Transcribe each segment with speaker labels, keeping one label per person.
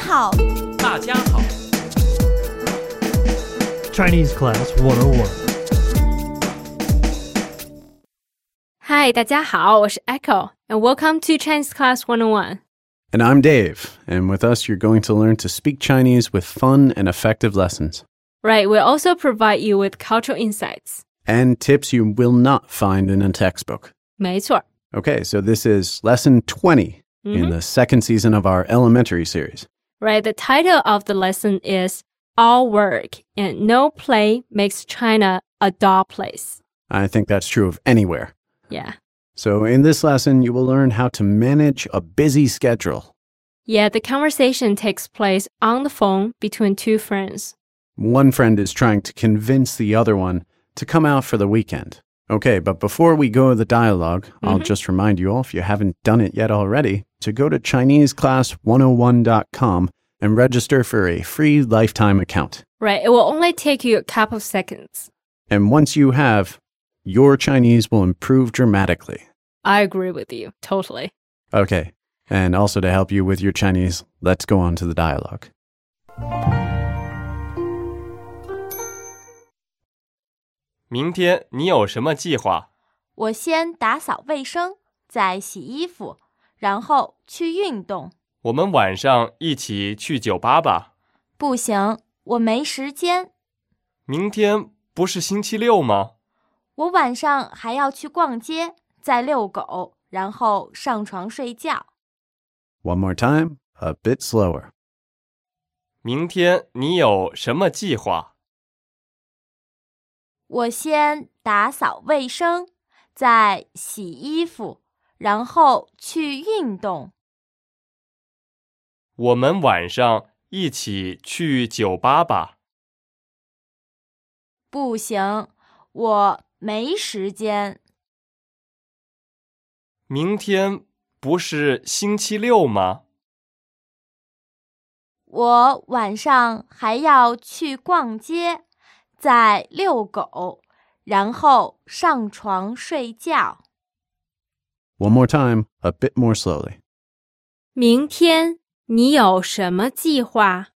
Speaker 1: 好，
Speaker 2: 大家好，
Speaker 3: Chinese Class 101.
Speaker 4: 嗨，大家好，我是 Echo and welcome to Chinese Class One On One。
Speaker 5: And I'm Dave, and with us, you're going to learn to speak Chinese with fun and effective lessons
Speaker 4: Right, we also provide you with cultural insights。
Speaker 5: and tips you will not find in a textbook.
Speaker 4: 没错，
Speaker 5: Okay, so this is lesson 20 in the second season of our elementary series.
Speaker 4: Right, the title of the lesson is All Work and No Play Makes China a Dull Place.
Speaker 5: I think that's true of anywhere.
Speaker 4: Yeah.
Speaker 5: So, in this lesson, you will learn how to manage a busy schedule.
Speaker 4: Yeah, the conversation takes place on the phone between two friends.
Speaker 5: One friend is trying to convince the other one to come out for the weekend. Okay, but before we go to the dialog I'll just remind you all, if you haven't done it yet already, to go to ChineseClass101.com and register for a free lifetime account.
Speaker 4: Right, it will only take you a couple of seconds.
Speaker 5: And once you have, your Chinese will improve dramatically.
Speaker 4: I agree with you, totally.
Speaker 5: Okay, and also to help you with your Chinese, let's go on to the dialogue.
Speaker 2: 明天你有什么计划？
Speaker 1: 我先打扫卫生，再洗衣服，然后去运动。
Speaker 2: 我们晚上一起去酒吧吧。
Speaker 1: 不行，我没时间，
Speaker 2: 明天不是星期六吗？
Speaker 1: 我晚上还要去逛街，再遛狗，然后上床睡觉。
Speaker 5: One more time, a bit slower.
Speaker 2: 明天你有什么计划？
Speaker 1: 我先打扫卫生，再洗衣服，然后去运动。
Speaker 2: 我们晚上一起去酒吧吧。
Speaker 1: 不行，我没时间，
Speaker 2: 明天不是星期六吗？
Speaker 1: 我晚上还要去逛街，再遛狗，然后上床睡觉。
Speaker 5: One more time, a bit more slowly.
Speaker 4: 明天你有什么计划？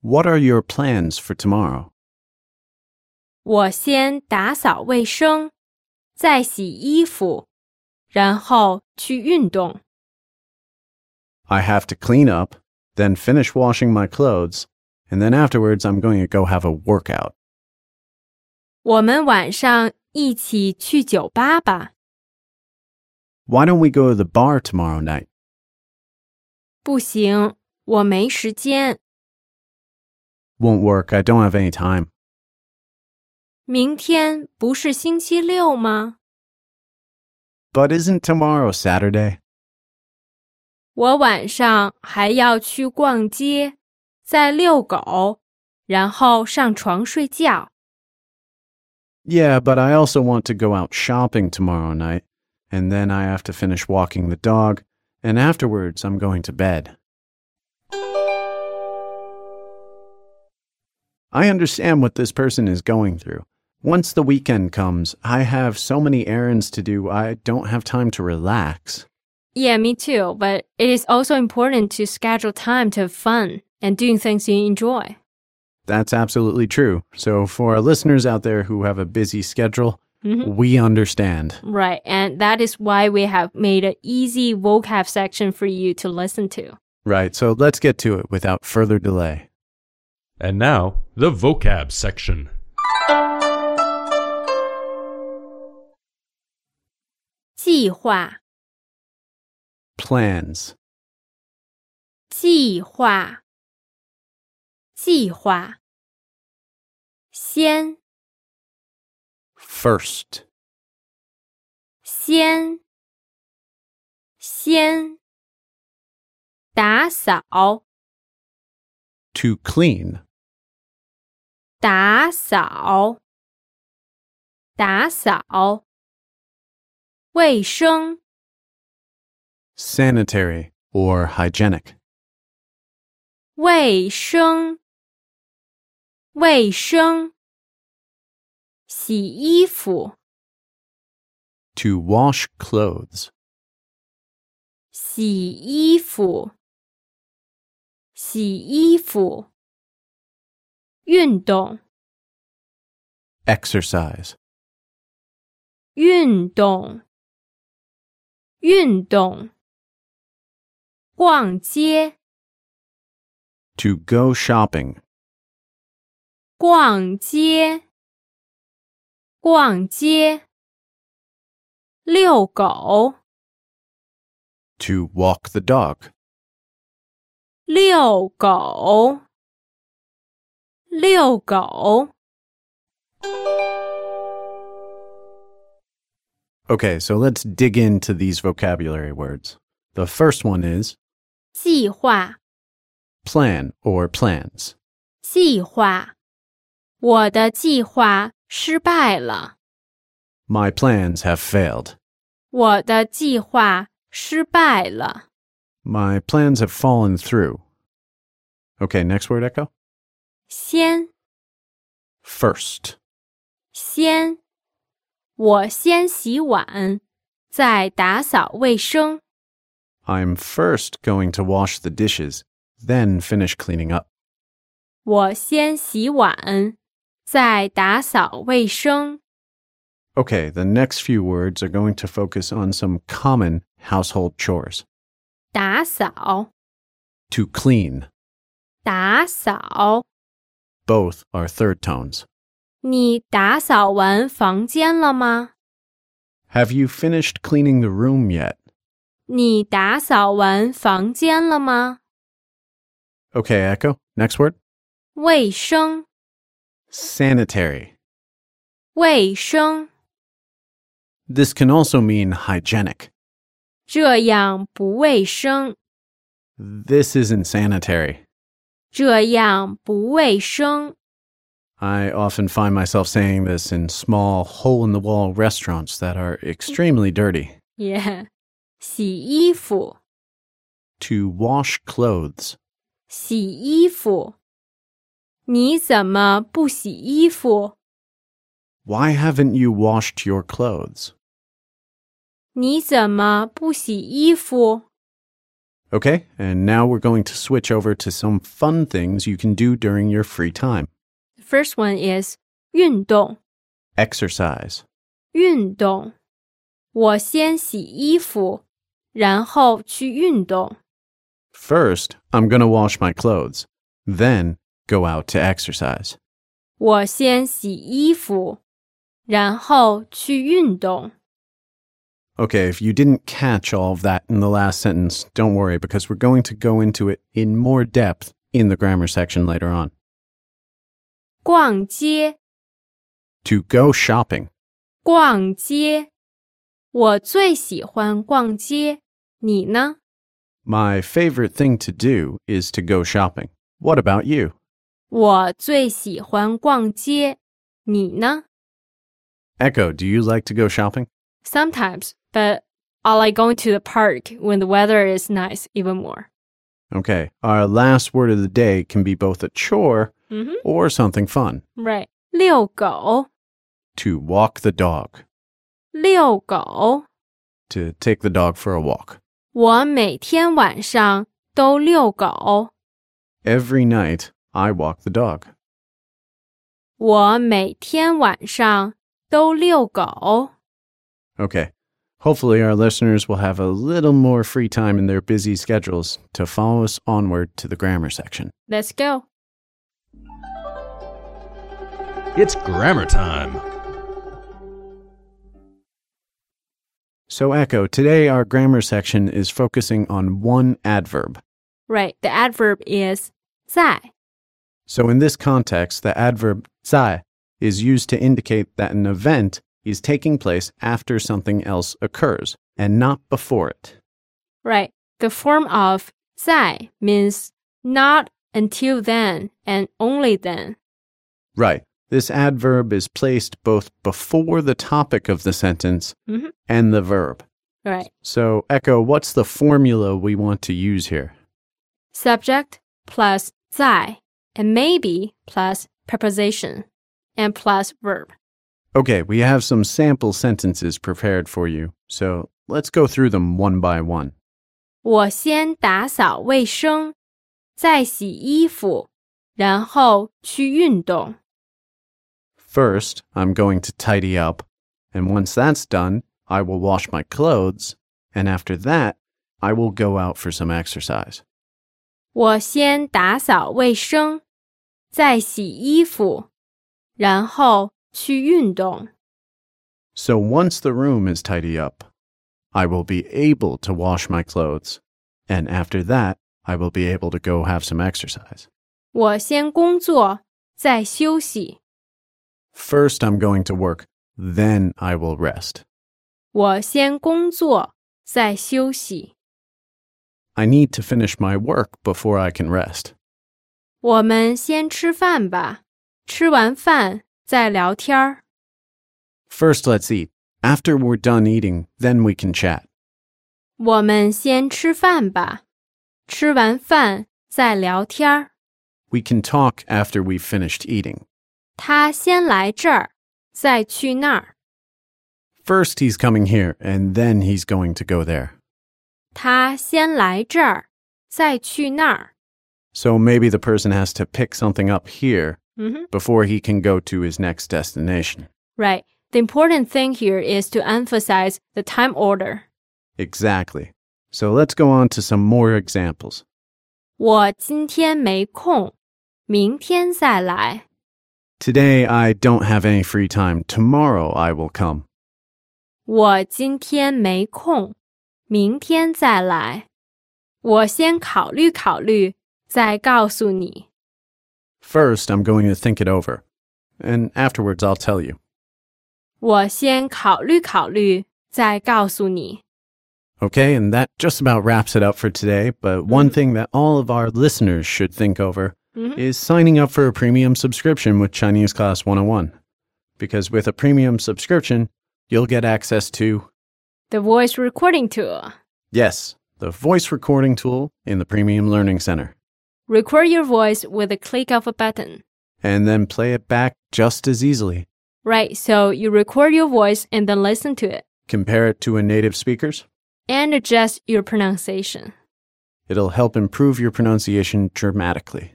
Speaker 5: What are your plans for tomorrow?
Speaker 4: 我先打扫卫生，再洗衣服，然后去运动。
Speaker 5: I have to clean up, then finish washing my clothes, and then afterwards I'm going to go have a workout.
Speaker 4: 我们晚上一起去酒吧吧。
Speaker 5: Why don't we go to the bar tomorrow night?
Speaker 4: 不行，我没时间。
Speaker 5: Won't work, I don't have any time.
Speaker 4: 明天不是星期六吗？
Speaker 5: But isn't tomorrow Saturday?
Speaker 4: 我晚上还要去逛街，再遛狗，然后上床睡觉。
Speaker 5: Yeah, but I also want to go out shopping tomorrow night, and then I have to finish walking the dog, and afterwards I'm going to bed. I understand what this person is going through. Once the weekend comes, I have so many errands to do, I don't have time to relax.
Speaker 4: Yeah, me too. But it is also important to schedule time to have fun and doing things you enjoy.
Speaker 5: That's absolutely true. So, for our listeners out there who have a busy schedule,
Speaker 4: Mhm.
Speaker 5: we understand.
Speaker 4: Right, and that is why we have made an easy vocab section for you to listen to.
Speaker 5: Right, so let's get to it without further delay.
Speaker 6: And now, the vocab section.
Speaker 5: Plans.
Speaker 4: 计划，计划，先
Speaker 5: First.
Speaker 4: 先先打扫，
Speaker 5: to clean,
Speaker 4: 打扫，打扫，卫生，
Speaker 5: sanitary, or hygienic.
Speaker 4: 卫生，卫生，洗衣服，
Speaker 5: To wash clothes,
Speaker 4: 洗衣服，洗衣服，运动，
Speaker 5: exercise,
Speaker 4: 运动，运动，逛街，
Speaker 5: to go shopping,
Speaker 4: 逛街，逛街，遛狗，
Speaker 5: to walk the dog,
Speaker 4: 遛狗，遛狗。
Speaker 5: Okay, so let's dig into these vocabulary words. The first one is
Speaker 4: 计划，
Speaker 5: plan or plans.
Speaker 4: 计划，我的计划失败了。
Speaker 5: My plans have failed.
Speaker 4: 我的计划失败了。
Speaker 5: My plans have fallen through. Okay, next word, Echo.
Speaker 4: 先
Speaker 5: First.
Speaker 4: 先，我先洗碗，再打扫卫生。
Speaker 5: I'm first going to wash the dishes, then finish cleaning up.
Speaker 4: 我先洗碗，再打扫卫生。
Speaker 5: Okay, the next few words are going to focus on some common household chores.
Speaker 4: 打扫，
Speaker 5: To clean.
Speaker 4: 打扫，
Speaker 5: Both are third tones.
Speaker 4: 你打扫完房间了吗？
Speaker 5: Have you finished cleaning the room yet?
Speaker 4: 你打扫完房间了吗？
Speaker 5: Okay, Echo. Next word.
Speaker 4: 卫生，
Speaker 5: Sanitary.
Speaker 4: 卫生，
Speaker 5: This can also mean hygienic.
Speaker 4: 这样不卫生，
Speaker 5: This isn't sanitary.
Speaker 4: 这样不卫生。
Speaker 5: I often find myself saying this in small hole in the wall restaurants that are extremely dirty.
Speaker 4: 耶、洗衣服，
Speaker 5: To wash clothes.
Speaker 4: 洗衣服。你怎么不洗衣服？
Speaker 5: Why haven't you washed your clothes?
Speaker 4: 你怎么不洗衣服？
Speaker 5: Okay, and now we're going to switch over to some fun things you can do during your free time.
Speaker 4: The first one is 运动，
Speaker 5: Exercise.
Speaker 4: 运动。我先洗衣服，然后去运动。
Speaker 5: First, I'm going to wash my clothes, then go out to exercise.
Speaker 4: 我先洗衣服，然后去运动。
Speaker 5: Okay, if you didn't catch all of that in the last sentence, don't worry because we're going to go into it in more depth in the grammar section later on.
Speaker 4: 逛街，
Speaker 5: To go shopping,
Speaker 4: 逛街。我最喜欢逛街，你呢？
Speaker 5: my favorite thing to do is to go shopping. What about you?
Speaker 4: 我最喜欢逛街，你呢
Speaker 5: Echo, do you like to go shopping?
Speaker 4: ？Sometimes, but I like going to the park when the weather is nice even more.
Speaker 5: Okay, our last word of the day can be both a chore
Speaker 4: 嗯哼
Speaker 5: or something fun.
Speaker 4: Right. 遛狗，
Speaker 5: To walk the dog,
Speaker 4: 遛狗。
Speaker 5: to take the dog for a walk.
Speaker 4: 我每天晚上都遛狗。
Speaker 5: Every night, I walk the dog.
Speaker 4: 我每天晚上都遛狗。
Speaker 5: Okay. Hopefully, our listeners will have a little more free time in their busy schedules to follow us onward to the grammar section.
Speaker 4: Let's go.
Speaker 6: It's grammar time.
Speaker 5: So, Echo, today our grammar section is focusing on one adverb.
Speaker 4: Right. The adverb is 在。
Speaker 5: So, in this context, the adverb zai is used to indicate that an event is taking place after something else occurs and not before it.
Speaker 4: Right. The form of 在 means not until then and only then.
Speaker 5: Right. This adverb is placed both before the topic of the sentence
Speaker 4: Mhm.
Speaker 5: and the verb.
Speaker 4: Right.
Speaker 5: So, Echo, what's the formula we want to use here?
Speaker 4: Subject plus 在 and maybe plus preposition and plus verb.
Speaker 5: Okay, we have some sample sentences prepared for you, so let's go through them one by one.
Speaker 4: 我先打扫卫生，再洗衣服，然后去运动。
Speaker 5: First, I'm going to tidy up, and once that's done, I will wash my clothes, and after that, I will go out for some exercise.
Speaker 4: 我先打扫卫生，再洗衣服，然后去运动。
Speaker 5: So once the room is tidy up, I will be able to wash my clothes, and after that, I will be able to go have some exercise.
Speaker 4: 我先工作，再休息。
Speaker 5: First, I'm going to work, then I will rest.
Speaker 4: 我先工作，再休息。
Speaker 5: I need to finish my work before I can rest.
Speaker 4: 我们先吃饭吧，吃完饭再聊天儿。
Speaker 5: First, let's eat. After we're done eating, then we can chat.
Speaker 4: 我们先吃饭吧，吃完饭再聊天儿。
Speaker 5: We can talk after we've finished eating.
Speaker 4: 他先来这儿，再去那儿。
Speaker 5: First, he's coming here, and then he's going to go there.
Speaker 4: 他先来这儿，再去那儿。
Speaker 5: So maybe the person has to pick something up here
Speaker 4: 嗯哼
Speaker 5: before he can go to his next destination.
Speaker 4: Right. The important thing here is to emphasize the time order.
Speaker 5: Exactly. So let's go on to some more examples.
Speaker 4: 我今天没空，明天再来。
Speaker 5: Today, I don't have any free time. Tomorrow, I will come.
Speaker 4: 我今天没空，明天再来。我先考虑考虑，再告诉你。
Speaker 5: First, I'm going to think it over. And afterwards, I'll tell you.
Speaker 4: 我先考虑考虑，再告诉你。
Speaker 5: Okay, and that just about wraps it up for today. But one thing that all of our listeners should think over
Speaker 4: Mhm.
Speaker 5: is signing up for a premium subscription with Chinese Class 101. Because with a premium subscription, you'll get access to,
Speaker 4: The voice recording tool.
Speaker 5: yes, the voice recording tool in the Premium Learning Center,
Speaker 4: Record your voice with a click of a button.
Speaker 5: and then play it back just as easily.
Speaker 4: Right, so you record your voice and then listen to it
Speaker 5: Compare it to a native speaker's.
Speaker 4: and adjust your pronunciation.
Speaker 5: It'll help improve your pronunciation dramatically.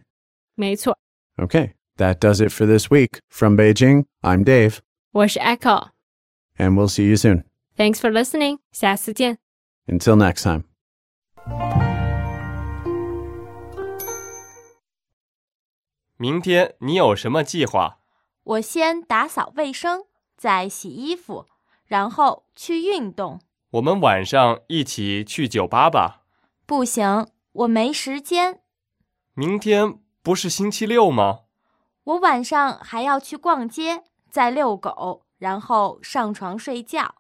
Speaker 4: 没错，
Speaker 5: Okay, that does it for this week. From Beijing, I'm Dave,
Speaker 4: 我是 Echo。
Speaker 5: and we'll see you soon.
Speaker 4: Thanks for listening，下次见。
Speaker 5: Until next time.
Speaker 2: “明天你有什么计划？
Speaker 1: 我先打扫卫生，再洗衣服，然后去运动。
Speaker 2: 我们晚上一起去酒吧吧。
Speaker 1: 不行，我没时间。
Speaker 2: 明天不是星期六吗？
Speaker 1: 我晚上还要去逛街，再遛狗，然后上床睡觉。